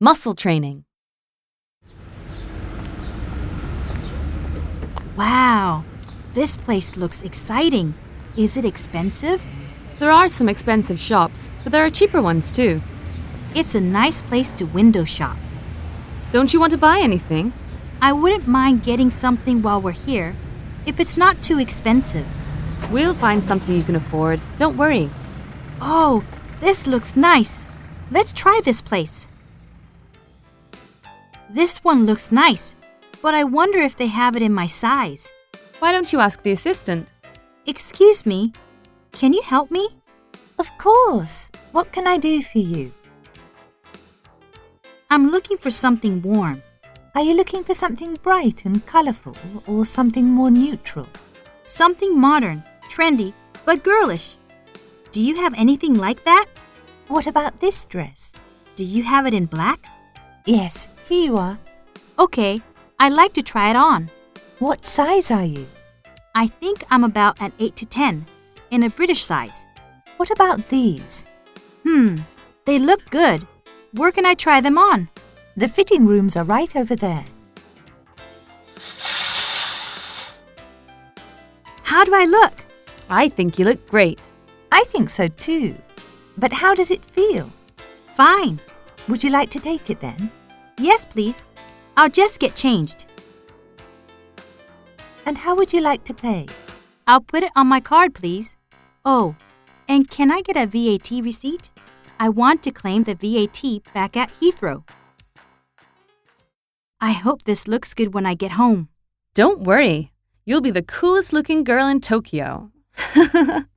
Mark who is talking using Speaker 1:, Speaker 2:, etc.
Speaker 1: Muscle training.
Speaker 2: Wow, this place looks exciting. Is it expensive?
Speaker 1: There are some expensive shops, but there are cheaper ones too.
Speaker 2: It's a nice place to window shop.
Speaker 1: Don't you want to buy anything?
Speaker 2: I wouldn't mind getting something while we're here if it's not too expensive.
Speaker 1: We'll find something you can afford. Don't worry.
Speaker 2: Oh, this looks nice. Let's try this place. This one looks nice, but I wonder if they have it in my size.
Speaker 1: Why don't you ask the assistant?
Speaker 2: Excuse me, can you help me?
Speaker 3: Of course. What can I do for you?
Speaker 2: I'm looking for something warm.
Speaker 3: Are you looking for something bright and colourful or something more neutral?
Speaker 2: Something modern, trendy, but girlish. Do you have anything like that?
Speaker 3: What about this dress?
Speaker 2: Do you have it in black?
Speaker 3: Yes, here you are.
Speaker 2: Okay, I'd like to try it on.
Speaker 3: What size are you?
Speaker 2: I think I'm about an 8 to 10, in a British size.
Speaker 3: What about these?
Speaker 2: Hmm, they look good. Where can I try them on?
Speaker 3: The fitting rooms are right over there.
Speaker 2: How do I look?
Speaker 1: I think you look great.
Speaker 3: I think so too. But how does it feel?
Speaker 2: Fine.
Speaker 3: Would you like to take it then?
Speaker 2: Yes, please. I'll just get changed.
Speaker 3: And how would you like to pay?
Speaker 2: I'll put it on my card, please. Oh, and can I get a VAT receipt? I want to claim the VAT back at Heathrow. I hope this looks good when I get home.
Speaker 1: Don't worry. You'll be the coolest looking girl in Tokyo.